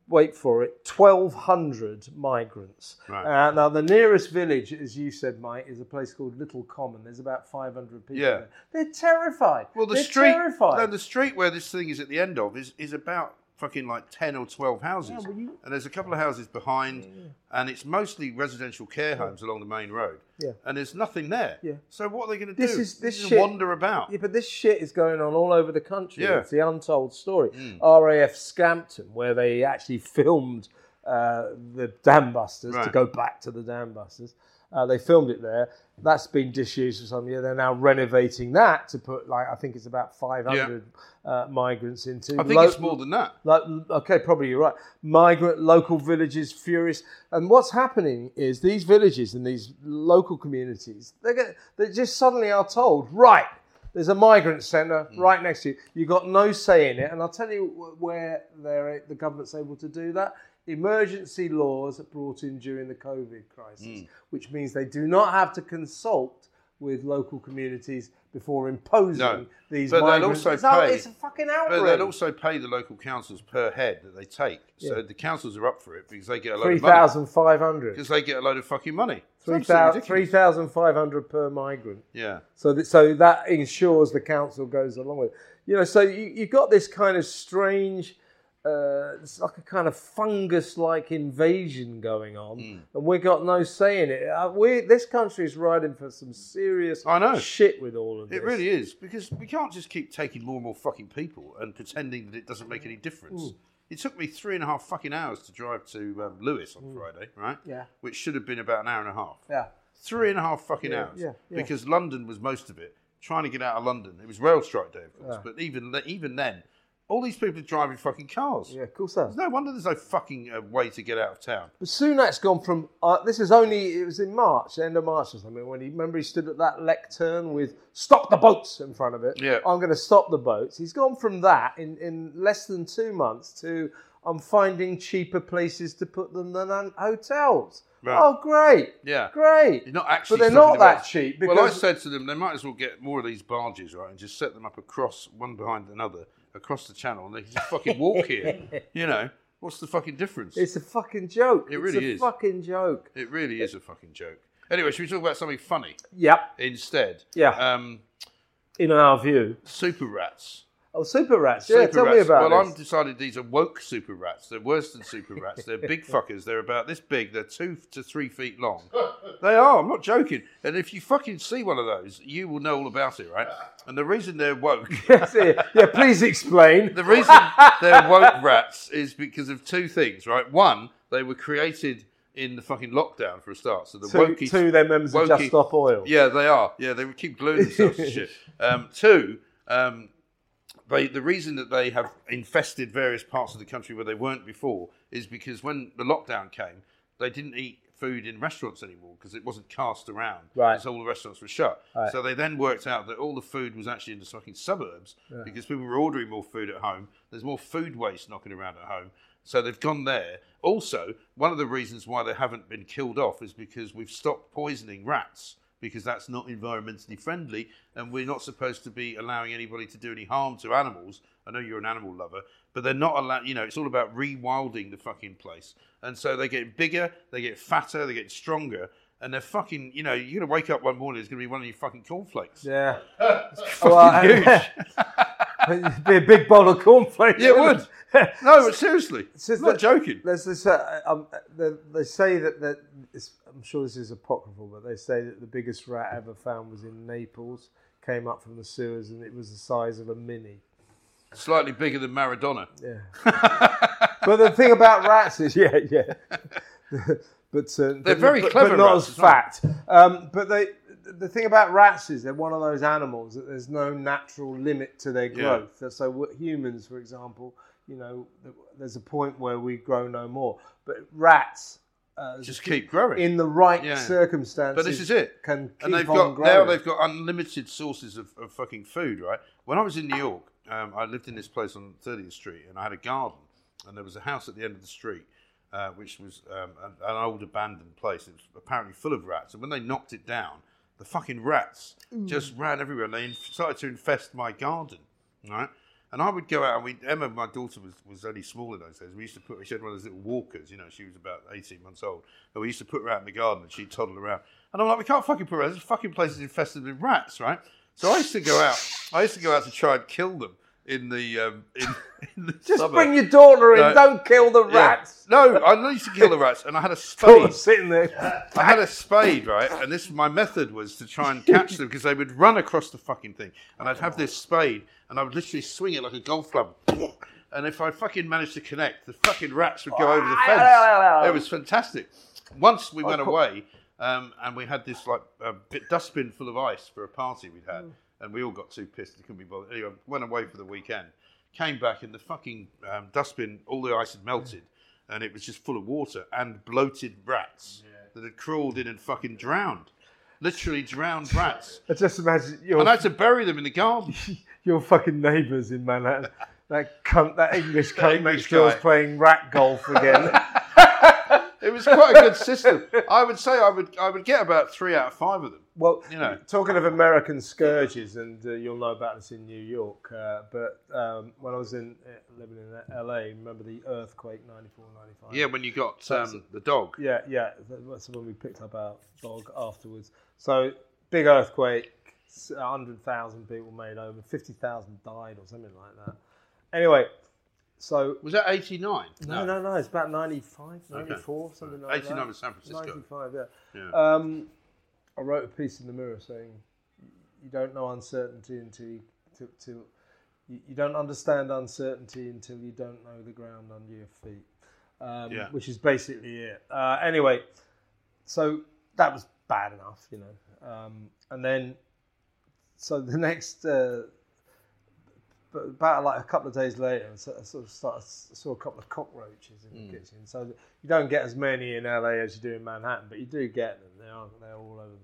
Speaker 2: Wait for it, 1,200 migrants.
Speaker 1: Right.
Speaker 2: Uh, now, the nearest village, as you said, Mike, is a place called Little Common. There's about 500 people
Speaker 1: Yeah.
Speaker 2: there. They're terrified.
Speaker 1: Well, the
Speaker 2: They're
Speaker 1: street,
Speaker 2: terrified.
Speaker 1: no, the street where this thing is at the end of is, is about fucking like ten or twelve houses, and there's a couple of houses behind, and it's mostly residential care homes along the main road.
Speaker 2: Yeah.
Speaker 1: and there's nothing there.
Speaker 2: Yeah.
Speaker 1: So what are they going to do?
Speaker 2: This is- this
Speaker 1: Just
Speaker 2: shit-
Speaker 1: wander about.
Speaker 2: Yeah, but this shit is going on all over the country.
Speaker 1: Yeah. Hmm.
Speaker 2: It's the untold story. RAF Scampton, where they actually filmed uh, the Dam Busters to
Speaker 1: Right.
Speaker 2: go back to the Dam Busters. Uh, they filmed it there. That's been disused for some year. They're now renovating that to put, like, I think it's about 500 uh, migrants into.
Speaker 1: I think
Speaker 2: lo-
Speaker 1: it's more than that.
Speaker 2: Lo- okay, probably you're right. Migrant local villages furious, and what's happening is these villages and these local communities they get they just suddenly are told right. There's a migrant centre
Speaker 1: Hmm.
Speaker 2: right next to you. You've got no say in it, and I'll tell you wh- where they're, the government's able to do that. Emergency laws brought in during the COVID crisis,
Speaker 1: Hmm.
Speaker 2: which means they do not have to consult with local communities before imposing
Speaker 1: No,
Speaker 2: these
Speaker 1: but they'll
Speaker 2: migrants.
Speaker 1: also
Speaker 2: it's, out-
Speaker 1: pay-
Speaker 2: it's a fucking outrage.
Speaker 1: But they'd also pay the local councils per head that they take. So
Speaker 2: Yeah.
Speaker 1: the councils are up for it because they get a load of money.
Speaker 2: 3,500.
Speaker 1: Because they get a load of fucking money. It's
Speaker 2: Three thou-
Speaker 1: absolutely ridiculous.
Speaker 2: 3,500 per migrant.
Speaker 1: Yeah.
Speaker 2: So that, so that ensures the council goes along with it. You know, so you, you've got this kind of strange, uh, it's like a kind of fungus like invasion going on,
Speaker 1: Hmm.
Speaker 2: and we've got no say in it. Uh, we, this country is riding for some serious
Speaker 1: I know.
Speaker 2: shit with all of this.
Speaker 1: It really is because we can't just keep taking more and more fucking people and pretending that it doesn't make any difference.
Speaker 2: Mm.
Speaker 1: It took me three and a half fucking hours to drive to um, Lewis on Friday, right?
Speaker 2: Mm. Yeah.
Speaker 1: Which should have been about an hour and a half.
Speaker 2: Yeah.
Speaker 1: Three and a half fucking hours.
Speaker 2: yeah, yeah.
Speaker 1: Because London was most of it. Trying to get out of London, it was rail strike day, of course. But even th- even then, all these people are driving fucking cars.
Speaker 2: Yeah, cool stuff.
Speaker 1: There's no wonder there's no fucking uh, way to get out of town.
Speaker 2: But Sunak's gone from uh, this is only it was in March, end of March or something. When he remember he stood at that lectern with "Stop the boats" in front of it.
Speaker 1: Yeah.
Speaker 2: I'm going to stop the boats. He's gone from that in in less than two months to I'm finding cheaper places to put them than on hotels.
Speaker 1: Right.
Speaker 2: Oh, great,
Speaker 1: Yeah.
Speaker 2: great.
Speaker 1: They're not actually
Speaker 2: But they're
Speaker 1: stopping
Speaker 2: not that
Speaker 1: boats.
Speaker 2: cheap
Speaker 1: well, I
Speaker 2: because-
Speaker 1: said to them, they might as well get more of these barges, right, and just set them up across one behind another across the channel, and they can just fucking walk
Speaker 2: *laughs*
Speaker 1: here. You know, what's the fucking difference?
Speaker 2: It's a fucking joke.
Speaker 1: It really
Speaker 2: it's a
Speaker 1: is.
Speaker 2: Fucking joke.
Speaker 1: it really is a fucking joke. Anyway, should we talk about something funny
Speaker 2: Yep.
Speaker 1: instead?
Speaker 2: Yeah.
Speaker 1: Um,
Speaker 2: In our view.
Speaker 1: super rats.
Speaker 2: Oh, super rats. Yeah,
Speaker 1: super
Speaker 2: tell
Speaker 1: rats.
Speaker 2: me about
Speaker 1: Well,
Speaker 2: *laughs* this.
Speaker 1: I'm decided these are woke super rats. They're worse than super rats. They're
Speaker 2: *laughs*
Speaker 1: big fuckers. They're about this big. They're two to three feet long. They are. I'm not joking. And if you fucking see one of those, you will know all about it, right? And the reason they're woke. *laughs*
Speaker 2: yeah, yeah, please explain.
Speaker 1: The
Speaker 2: *laughs*
Speaker 1: reason they're woke rats is because of two things, right? One, they were created in the fucking lockdown for a start. So *laughs* the
Speaker 2: Two,
Speaker 1: wokey
Speaker 2: two of their members of Just
Speaker 1: wokey-
Speaker 2: Stop Oil.
Speaker 1: yeah, they are. Yeah, they would keep gluing themselves to shit. Um, two, um, they, the reason that they have infested various parts of the country where they weren't before is because when the lockdown came, they didn't eat food in restaurants anymore because it wasn't cast around.
Speaker 2: Right.
Speaker 1: So all the restaurants were shut.
Speaker 2: Right.
Speaker 1: So they then worked out that all the food was actually in the fucking suburbs because people were ordering more food at home. There's more food waste knocking around at home. So they've gone there. Also, one of the reasons why they haven't been killed off is because we've stopped poisoning rats because that's not environmentally friendly and we're not supposed to be allowing anybody to do any harm to animals. I know you're an animal lover, but they're not allowed, you know, it's all about rewilding the fucking place. And so they get bigger, they get fatter, they get stronger, and they're fucking, you know, you're going to wake up one morning, there's going to be one of your fucking cornflakes.
Speaker 2: Yeah. Well, *laughs* It'd be a big bowl of cornflakes.
Speaker 1: Yeah, it
Speaker 2: wouldn't it?
Speaker 1: No, but seriously,
Speaker 2: just
Speaker 1: I'm not
Speaker 2: that-
Speaker 1: joking.
Speaker 2: There's this. Uh, um, uh, the, they say that that it's, I'm sure this is apocryphal, but they say that the biggest rat ever found was in Naples. Came up from the sewers and it was the size of a mini.
Speaker 1: Slightly bigger than Maradona.
Speaker 2: Yeah. but the thing about rats is, yeah,
Speaker 1: *laughs*
Speaker 2: yeah. but uh, they're
Speaker 1: very
Speaker 2: but,
Speaker 1: clever
Speaker 2: but not
Speaker 1: rats
Speaker 2: as
Speaker 1: as well.
Speaker 2: fat. Um, but they, the thing about rats is they're one of those animals that there's no natural limit to their growth. So what- humans, for example, you know, there's a point where we grow no more. But rats, uh,
Speaker 1: Just keep growing.
Speaker 2: in the right
Speaker 1: Yeah.
Speaker 2: circumstances,
Speaker 1: But this is it.
Speaker 2: Can keep
Speaker 1: and they've
Speaker 2: on
Speaker 1: got now
Speaker 2: growing.
Speaker 1: they've got unlimited sources of, of fucking food, right? When I was in New York, um, I lived in this place on 30th Street, and I had a garden, and there was a house at the end of the street, uh, which was um, an, an old abandoned place. It was apparently full of rats, and when they knocked it down, the fucking rats
Speaker 2: Mm.
Speaker 1: just ran everywhere, and they inf- started to infest my garden, right? And I would go out, and we Emma, my daughter, was, was only small in those days. We used to put, she had one of those little walkers, you know, she was about 18 months old. And we used to put her out in the garden and she'd toddle around. And I'm like, we can't fucking put her out. This fucking place is infested with rats, right? So I used to go out, I used to go out to try and kill them in the, um, in, *laughs* in the
Speaker 2: Just
Speaker 1: summer.
Speaker 2: bring your daughter in.
Speaker 1: No.
Speaker 2: Don't kill the
Speaker 1: Yeah.
Speaker 2: rats.
Speaker 1: No, I used to kill the rats, and I had
Speaker 2: *laughs*
Speaker 1: a spade.
Speaker 2: Daughter sitting there.
Speaker 1: I had a spade, right? And this my method was to try and catch them because they would run across the fucking thing, and I'd have this spade, and I would literally swing it like a golf club. And if I fucking managed to connect, the fucking rats would go over the fence. It was fantastic. Once we went away, um, and we had this like a bit dustbin full of ice for a party we'd had, and we all got too pissed we couldn't be bothered. Anyway, went away for the weekend, came back, and the fucking um, dustbin, all the ice had melted, and it was just full of water and bloated rats that had crawled in and fucking drowned. Literally *laughs* drowned rats.
Speaker 2: I just imagine your
Speaker 1: and I had to bury them in the garden.
Speaker 2: your fucking neighbours in Manhattan. That cunt,
Speaker 1: *laughs*
Speaker 2: that English cunt
Speaker 1: English
Speaker 2: next door's
Speaker 1: guy.
Speaker 2: playing rat golf again.
Speaker 1: *laughs* It was quite a good system. I would say I would I would get about three out of five of them.
Speaker 2: well,
Speaker 1: You know.
Speaker 2: talking of American scourges, and uh, you'll know about this in New York, uh, but um, when I was in uh, living in LA, remember the earthquake 94, 95?
Speaker 1: Yeah, when you got um, the dog.
Speaker 2: Yeah, yeah. that- That's the one we picked up our dog afterwards. So big earthquake, hundred thousand people made over, fifty thousand died or something like that. Anyway, so
Speaker 1: Was that eighty nine?
Speaker 2: no, no, no. It's about 95, 94,
Speaker 1: Okay.
Speaker 2: something
Speaker 1: Right.
Speaker 2: like that.
Speaker 1: 89 was San Francisco.
Speaker 2: 95, yeah.
Speaker 1: Yeah.
Speaker 2: Um, I wrote a piece in the Mirror saying, "You don't know uncertainty until you, to, to, you, you don't understand uncertainty until you don't know the ground under your feet," um,
Speaker 1: Yeah.
Speaker 2: which is basically it. Uh, anyway, so that was bad enough, you know. Um, and then, so the *laughs* next. Uh, but about like a couple of days later, I sort of- sort of started, saw a couple of cockroaches in
Speaker 1: Hmm.
Speaker 2: the kitchen. So you don't get as many in LA as you do in Manhattan, but you do get them. They are they're all over.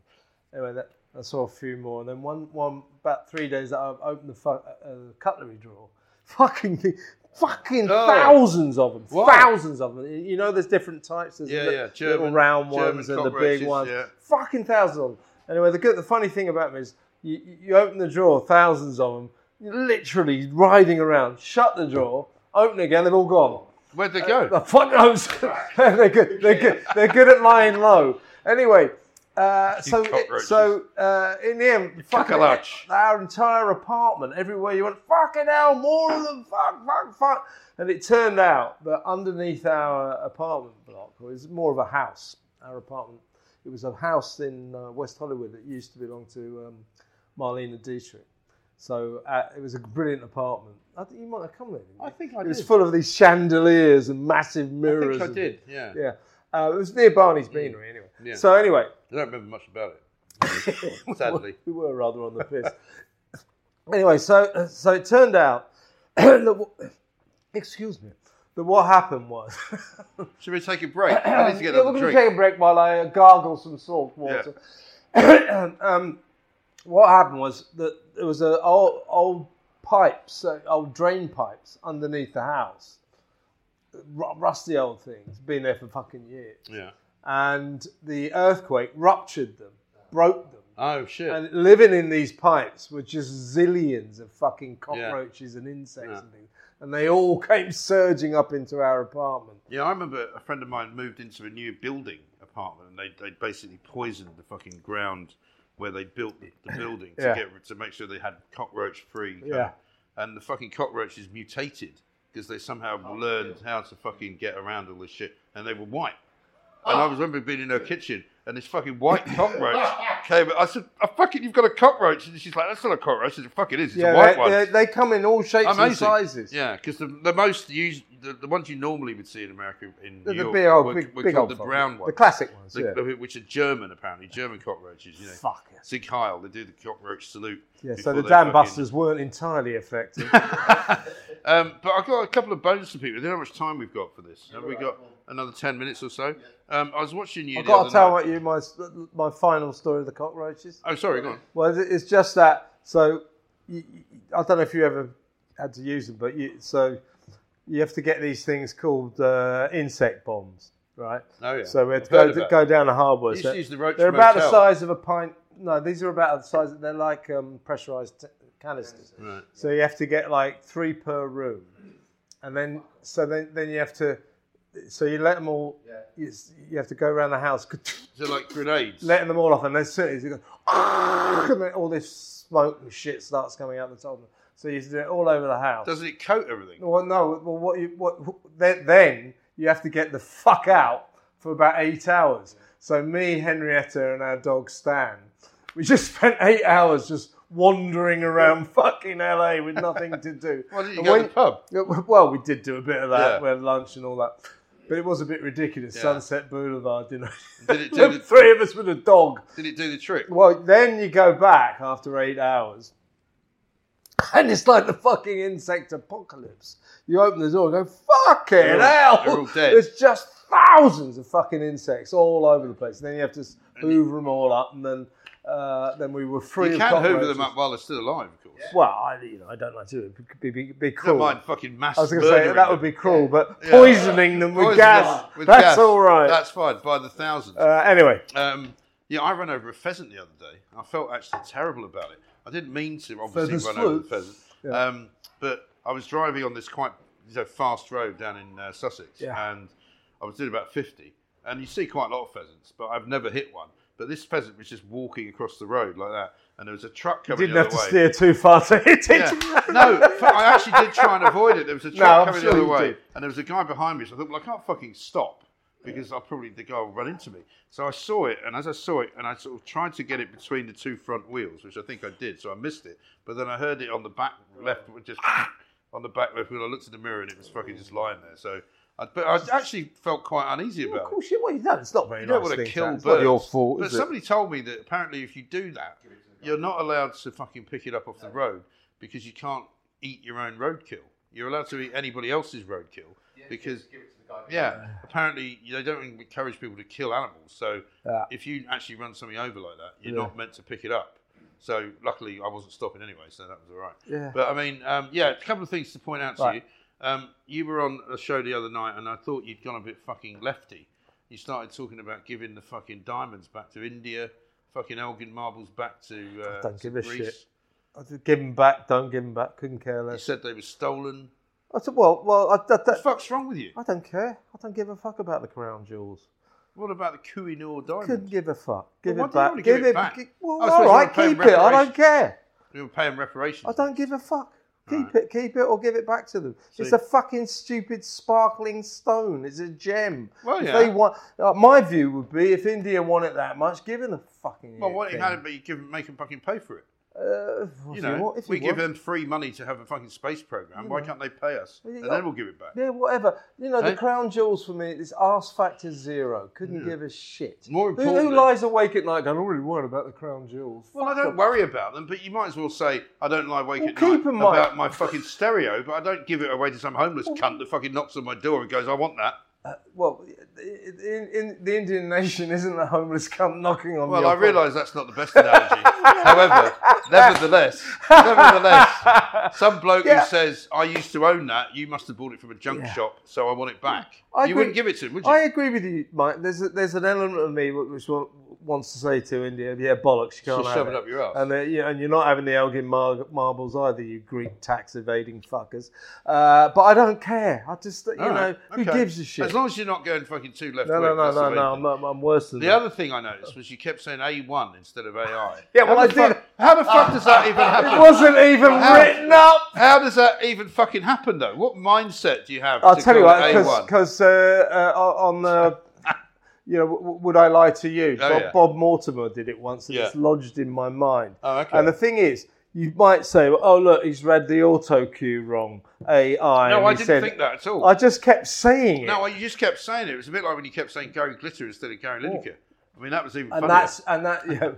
Speaker 2: Anyway, that, I saw a few more, and then one one about three days I opened the fu- uh, cutlery drawer, *laughs* fucking thing. Fucking
Speaker 1: Oh.
Speaker 2: thousands of them,
Speaker 1: Why?
Speaker 2: thousands of them. You know, there's different types. There's
Speaker 1: Yeah,
Speaker 2: the
Speaker 1: yeah,
Speaker 2: little
Speaker 1: German-
Speaker 2: round
Speaker 1: German
Speaker 2: ones and the big
Speaker 1: cockroaches,
Speaker 2: ones.
Speaker 1: yeah.
Speaker 2: Fucking thousands of them. Anyway, the good, the funny thing about me is you, you open the drawer, thousands of them, you're literally writhing around. Shut the drawer, open it again, they've all gone.
Speaker 1: Where'd they
Speaker 2: The
Speaker 1: go?
Speaker 2: fuck knows? *laughs* they're good. They're good. They're good at lying low. Anyway, uh, so
Speaker 1: cockroaches.
Speaker 2: so uh, in the end, fucking
Speaker 1: cockroach.
Speaker 2: our entire apartment, everywhere you went, fucking hell, more of them, fuck, fuck, fuck. And it turned out that underneath our apartment block was more of a house. Our apartment, it was a house in uh, West Hollywood that used to belong to um, Marlene Dietrich. So uh, it was a brilliant apartment. I think you might have come there. didn't you?
Speaker 1: I think I
Speaker 2: It was
Speaker 1: did.
Speaker 2: full of these chandeliers and massive
Speaker 1: I
Speaker 2: mirrors.
Speaker 1: think I
Speaker 2: and-
Speaker 1: did. Yeah.
Speaker 2: Yeah. Uh, it was near Barney's Beanery, anyway.
Speaker 1: Yeah.
Speaker 2: So anyway,
Speaker 1: I don't remember much about
Speaker 2: *laughs*
Speaker 1: it. Sadly.
Speaker 2: we were rather on the piss. *laughs* anyway, so so it turned out *clears throat* that wha- excuse me, that what happened was
Speaker 1: Should we take a
Speaker 2: *coughs*
Speaker 1: break? *coughs* I need to get
Speaker 2: Yeah,
Speaker 1: another
Speaker 2: we're going to
Speaker 1: drink.
Speaker 2: take a break while I uh, gargle some salt water. *coughs* um, what happened was that there was a old, old pipes, uh, old drain pipes underneath the house, Ru- rusty old things, been there for fucking years,
Speaker 1: Yeah.
Speaker 2: and the earthquake ruptured them, broke them.
Speaker 1: Oh shit.
Speaker 2: And living in these pipes were just zillions of fucking cockroaches and insects
Speaker 1: Yeah.
Speaker 2: and things. And they all *laughs* came surging up into our apartment.
Speaker 1: Yeah, I remember a friend of mine moved into a new building apartment, and they they basically poisoned the fucking ground where they built the, the building to
Speaker 2: Yeah.
Speaker 1: get rid- to make sure they had cockroach free.
Speaker 2: Yeah.
Speaker 1: and the fucking cockroaches mutated because they somehow learned how to fucking get around all this shit, and they were white. And I was remember being in her kitchen, and this fucking white cockroach came. I said, "I fucking, you've got a cockroach," and she's like, "That's not a cockroach." I said, "Fuck, it is. It's a white
Speaker 2: they,
Speaker 1: one."
Speaker 2: They, they come in all shapes and
Speaker 1: Amazing.
Speaker 2: sizes.
Speaker 1: Yeah, because the, the most used, the, the ones you normally would see in America in
Speaker 2: The,
Speaker 1: New
Speaker 2: the
Speaker 1: York,
Speaker 2: big old,
Speaker 1: were,
Speaker 2: big,
Speaker 1: were
Speaker 2: big
Speaker 1: called
Speaker 2: old
Speaker 1: the
Speaker 2: fuck-
Speaker 1: brown ones,
Speaker 2: the classic ones.
Speaker 1: The-
Speaker 2: yeah.
Speaker 1: the- which are German apparently, German cockroaches. You know,
Speaker 2: Fuck yes.
Speaker 1: Sig Heil, they do the cockroach salute.
Speaker 2: Yeah, so
Speaker 1: before
Speaker 2: the
Speaker 1: they
Speaker 2: dam
Speaker 1: fucking-
Speaker 2: busters weren't entirely effective.
Speaker 1: *laughs* um, but I've got a couple of bones to pick. with. I don't know how much time we've got for this. Have we got another ten minutes or so? Um, I was watching you.
Speaker 2: I've
Speaker 1: the
Speaker 2: got
Speaker 1: other
Speaker 2: to tell
Speaker 1: night.
Speaker 2: what you my s- my final story of the cockroaches.
Speaker 1: Oh, sorry, go on.
Speaker 2: Well, it- it's just that. So, you, you- I don't know if you ever had to use them, but you so you have to get these things called uh, insect bombs, right?
Speaker 1: Oh yeah.
Speaker 2: So we had to
Speaker 1: I've heard
Speaker 2: go,
Speaker 1: about
Speaker 2: go
Speaker 1: it.
Speaker 2: down a hardware
Speaker 1: You used to use the roach
Speaker 2: They're about the
Speaker 1: motel.
Speaker 2: size of a pint. No, these are about the size. They're like um, pressurized t- canisters.
Speaker 1: Right.
Speaker 2: So you have to get like three per room, and then so then then you have to. So you let them all. You, s- you have to go around the house,
Speaker 1: Is it like grenades?
Speaker 2: letting them all off, and as soon as you go, and then all this smoke and shit starts coming out the top. of them. So you have to do it all over the house.
Speaker 1: Doesn't it coat everything?
Speaker 2: Well, no. Well, what you what then, then you have to get the fuck out for about eight hours. So me, Henrietta, and our dog Stan, we just spent eight hours just wandering around fucking LA with nothing
Speaker 1: *laughs*
Speaker 2: to do.
Speaker 1: Why didn't you
Speaker 2: And
Speaker 1: go to
Speaker 2: when-
Speaker 1: the pub?
Speaker 2: yeah, w- *laughs* Well, we did do a bit of that.
Speaker 1: Yeah.
Speaker 2: We had lunch and all that. But it was a bit ridiculous.
Speaker 1: Yeah.
Speaker 2: Sunset Boulevard, you know.
Speaker 1: Did
Speaker 2: *laughs*
Speaker 1: it do
Speaker 2: the
Speaker 1: the,
Speaker 2: three of us with a dog.
Speaker 1: did it do the trick?
Speaker 2: Well, then you go back after eight hours, and it's like the fucking insect apocalypse. You open the door and go, fucking
Speaker 1: They're all-
Speaker 2: hell!
Speaker 1: they're all dead.
Speaker 2: There's just thousands of fucking insects all over the place. And then you have to s- hoover them all up, and then uh, then we were free
Speaker 1: You
Speaker 2: of
Speaker 1: can hoover them
Speaker 2: cockroaches.
Speaker 1: up while they're still alive, of course.
Speaker 2: Well, I, you know, I don't like to. It'd be, be, be
Speaker 1: Don't
Speaker 2: cruel.
Speaker 1: mind fucking mass
Speaker 2: I was going to say
Speaker 1: murdering
Speaker 2: that would
Speaker 1: them.
Speaker 2: be cruel, but
Speaker 1: Yeah.
Speaker 2: poisoning them with
Speaker 1: Poison
Speaker 2: gas,
Speaker 1: them with
Speaker 2: that's
Speaker 1: gas.
Speaker 2: all right.
Speaker 1: That's fine, by the thousands.
Speaker 2: Uh, anyway,
Speaker 1: Um, yeah, I ran over a pheasant the other day. I felt actually terrible about it. I didn't mean to, obviously,
Speaker 2: Pheasant's
Speaker 1: run over the
Speaker 2: flu.
Speaker 1: pheasant.
Speaker 2: Yeah.
Speaker 1: Um, but I was driving on this quite you know, fast road down in uh, Sussex,
Speaker 2: Yeah.
Speaker 1: and I was doing about 50. And you see quite a lot of pheasants, but I've never hit one. But this pheasant was just walking across the road like that, and there was a truck coming
Speaker 2: didn't
Speaker 1: the
Speaker 2: have
Speaker 1: other
Speaker 2: to
Speaker 1: way.
Speaker 2: steer too far to *laughs* hit it.
Speaker 1: Yeah. No, f- I actually did try and avoid it. There was a
Speaker 2: No,
Speaker 1: truck
Speaker 2: I'm
Speaker 1: coming
Speaker 2: sure
Speaker 1: the other
Speaker 2: you
Speaker 1: way,
Speaker 2: did.
Speaker 1: and there was a guy behind me. So I thought, well, I can't fucking stop because I'll probably the guy will run into me. So I saw it, and as I saw it, and I sort of tried to get it between the two front wheels, which I think I did. So I missed it, but then I heard it on the back left, just *coughs* on the back left wheel. I looked in the mirror, and it was fucking just lying there. So, I, but I actually felt quite uneasy
Speaker 2: Well,
Speaker 1: about
Speaker 2: of
Speaker 1: it.
Speaker 2: course, you, well, you don't. It's not very
Speaker 1: You
Speaker 2: nice.
Speaker 1: don't want to
Speaker 2: thing,
Speaker 1: kill
Speaker 2: Sam.
Speaker 1: birds.
Speaker 2: It's not your fault,
Speaker 1: But
Speaker 2: is it?
Speaker 1: somebody told me that apparently if you do that, you're not allowed to fucking pick it up off the road because you can't eat your own roadkill. You're allowed to eat anybody else's roadkill because yeah, apparently they don't encourage people to kill animals. So
Speaker 2: Yeah.
Speaker 1: if you actually run something over like that, you're
Speaker 2: Yeah.
Speaker 1: not meant to pick it up. So luckily, I wasn't stopping anyway, so that was all right.
Speaker 2: Yeah.
Speaker 1: But I mean, um, yeah, a couple of things to point out to
Speaker 2: Right.
Speaker 1: you. Um, you were on a show the other night, and I thought you'd gone a bit fucking lefty. You started talking about giving the fucking diamonds back to India, fucking Elgin marbles back to uh,
Speaker 2: don't
Speaker 1: to
Speaker 2: give a
Speaker 1: Greece.
Speaker 2: shit. I said, give them back. Don't give them back. Couldn't care
Speaker 1: You
Speaker 2: less.
Speaker 1: said they were stolen.
Speaker 2: I said, well, well, I, I,
Speaker 1: What the fuck's wrong with you?
Speaker 2: I don't care. I don't give a fuck about the crown jewels.
Speaker 1: What about the Kohinoor
Speaker 2: Couldn't
Speaker 1: diamond?
Speaker 2: give a fuck. Give
Speaker 1: why
Speaker 2: it
Speaker 1: do you
Speaker 2: back.
Speaker 1: want to
Speaker 2: give,
Speaker 1: give it back?
Speaker 2: gi-
Speaker 1: I
Speaker 2: Well,
Speaker 1: suppose
Speaker 2: all
Speaker 1: you
Speaker 2: right.
Speaker 1: wanna pay
Speaker 2: Keep it. I
Speaker 1: reparations.
Speaker 2: don't care.
Speaker 1: We were paying reparations.
Speaker 2: I don't give a fuck.
Speaker 1: Right.
Speaker 2: Keep it, keep it, or give it back to them. it's
Speaker 1: you-
Speaker 2: a fucking stupid sparkling stone. It's a gem.
Speaker 1: Well,
Speaker 2: If
Speaker 1: yeah.
Speaker 2: they want, uh, my view would be if India wanted that much, give them a fucking.
Speaker 1: Well, why
Speaker 2: thing.
Speaker 1: how about you give, make them fucking pay for it?
Speaker 2: Uh, if
Speaker 1: You
Speaker 2: you
Speaker 1: know,
Speaker 2: want- if you
Speaker 1: we give
Speaker 2: want.
Speaker 1: them free money to have a fucking space program.
Speaker 2: You
Speaker 1: Why
Speaker 2: know.
Speaker 1: can't they pay us?
Speaker 2: Yeah,
Speaker 1: And
Speaker 2: yeah.
Speaker 1: then we'll give it back.
Speaker 2: Yeah, whatever. You know,
Speaker 1: Eh?
Speaker 2: the crown jewels for me is arse factor zero. Couldn't
Speaker 1: Yeah.
Speaker 2: give a shit.
Speaker 1: Hmm. More
Speaker 2: Who- who,
Speaker 1: importantly-
Speaker 2: lies awake at night going, I'm really worried about the crown jewels?
Speaker 1: Well, I don't worry about them, but you might as well say I don't lie awake
Speaker 2: Well,
Speaker 1: at night
Speaker 2: keep in mind-
Speaker 1: about my fucking stereo, but I don't give it away to some homeless cunt that fucking knocks on my door and goes, "I want that."
Speaker 2: Uh, well, in, in the Indian nation *laughs* isn't a homeless cunt knocking on
Speaker 1: Well,
Speaker 2: your
Speaker 1: I
Speaker 2: front-
Speaker 1: realise that's not the best analogy.
Speaker 2: *laughs*
Speaker 1: However, nevertheless, nevertheless, some bloke
Speaker 2: Yeah.
Speaker 1: who says I used to own that, you must have bought it from a junk
Speaker 2: Yeah.
Speaker 1: shop, so I want it back.
Speaker 2: I
Speaker 1: you wouldn't
Speaker 2: agree-
Speaker 1: give it to him, would you?
Speaker 2: *laughs* I agree with you, Mike. There's a, there's an element of me which wa- wants to say to India, yeah, bollocks, you can't
Speaker 1: Just
Speaker 2: have
Speaker 1: shove
Speaker 2: it.
Speaker 1: it up your ass.
Speaker 2: And, uh, yeah, and you're not having the Elgin mar- marbles either, you Greek tax evading fuckers. Uh, but I don't care. I just, you
Speaker 1: All
Speaker 2: know,
Speaker 1: right,
Speaker 2: who
Speaker 1: okay.
Speaker 2: gives a shit?
Speaker 1: As long as you're not going fucking too left.
Speaker 2: no,
Speaker 1: wing,
Speaker 2: no, no,
Speaker 1: that's the
Speaker 2: no,
Speaker 1: main
Speaker 2: no.
Speaker 1: thing.
Speaker 2: I'm, I'm I'm worse than
Speaker 1: The
Speaker 2: that.
Speaker 1: other thing I noticed was you kept saying A1 instead of AI.
Speaker 2: *laughs* Yeah, well,
Speaker 1: how
Speaker 2: I
Speaker 1: the fuck-
Speaker 2: did.
Speaker 1: How the fuck does that even
Speaker 2: *laughs* It
Speaker 1: happen?
Speaker 2: wasn't even
Speaker 1: How-
Speaker 2: written up.
Speaker 1: How does that even fucking happen, though? What mindset do you have?
Speaker 2: I'll
Speaker 1: to
Speaker 2: tell you
Speaker 1: call it
Speaker 2: what,
Speaker 1: A1?
Speaker 2: because uh, uh, on the, you know, w- w- would I lie to you?
Speaker 1: Oh,
Speaker 2: Bob,
Speaker 1: yeah.
Speaker 2: Bob Mortimer did it once, and
Speaker 1: Yeah.
Speaker 2: it's lodged in my mind.
Speaker 1: Oh, okay.
Speaker 2: And the thing is, you might say, "Oh, look, he's read the auto cue wrong." AI.
Speaker 1: no,
Speaker 2: and
Speaker 1: I
Speaker 2: he
Speaker 1: didn't
Speaker 2: said-
Speaker 1: think that at all.
Speaker 2: I just kept saying it,
Speaker 1: No, you just kept saying it. It was a bit like when you kept saying Gary Glitter instead of Gary Lineker. I mean, that was even
Speaker 2: and
Speaker 1: funnier.
Speaker 2: that's and that. Yeah,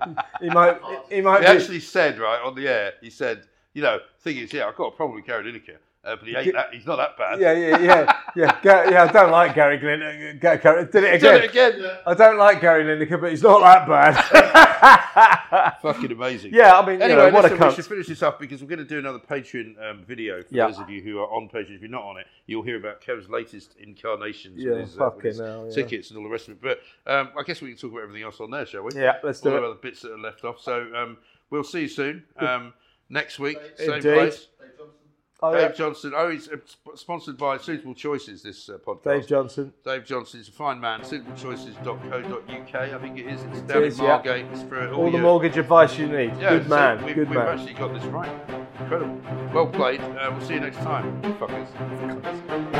Speaker 1: *laughs*
Speaker 2: he might. He might
Speaker 1: He
Speaker 2: be.
Speaker 1: actually said, right, on the air, he said, you know, thing is, yeah, I've got a problem with Gary Lineker, uh, but he ain't that, he's not that bad.
Speaker 2: yeah, yeah, yeah,
Speaker 1: *laughs*
Speaker 2: yeah, Ga- yeah. I don't like Gary Glineker. Ga- Gary- Did it
Speaker 1: He did it
Speaker 2: again.
Speaker 1: again.
Speaker 2: I don't like Gary Lineker, but he's not that
Speaker 1: *laughs*
Speaker 2: bad.
Speaker 1: Fucking amazing.
Speaker 2: yeah, I mean,
Speaker 1: *laughs*
Speaker 2: you
Speaker 1: Anyway,
Speaker 2: know, what a
Speaker 1: listen, we
Speaker 2: cunt.
Speaker 1: should finish this up because we're going to do another Patreon um, video for
Speaker 2: Yeah.
Speaker 1: those of you who are on Patreon. If you're not on it, you'll hear about Kev's latest incarnations
Speaker 2: Yeah,
Speaker 1: with his, uh, with
Speaker 2: fucking
Speaker 1: his
Speaker 2: hell, yeah.
Speaker 1: tickets and all the rest of it. But um, I guess we can talk about everything else on there, shall we?
Speaker 2: Yeah, let's
Speaker 1: all
Speaker 2: do
Speaker 1: the
Speaker 2: it.
Speaker 1: other bits that are left off. So um, we'll see you soon um, next week, same
Speaker 2: Indeed.
Speaker 1: place.
Speaker 2: Oh, yeah.
Speaker 1: Dave Johnson. Oh, he's uh, sp- sponsored by Suitable Choices. This uh, podcast.
Speaker 2: Dave Johnson.
Speaker 1: Dave Johnson is a fine man. Suitablechoices.co.uk. I think it is. It's down
Speaker 2: is,
Speaker 1: in
Speaker 2: yeah.
Speaker 1: Margate. It's for all,
Speaker 2: All the
Speaker 1: your-
Speaker 2: mortgage advice you need.
Speaker 1: yeah, so
Speaker 2: Good man.
Speaker 1: We've,
Speaker 2: Good
Speaker 1: we've
Speaker 2: man.
Speaker 1: actually got this right. Incredible. Well played. Uh, we'll see you next time, fuckers.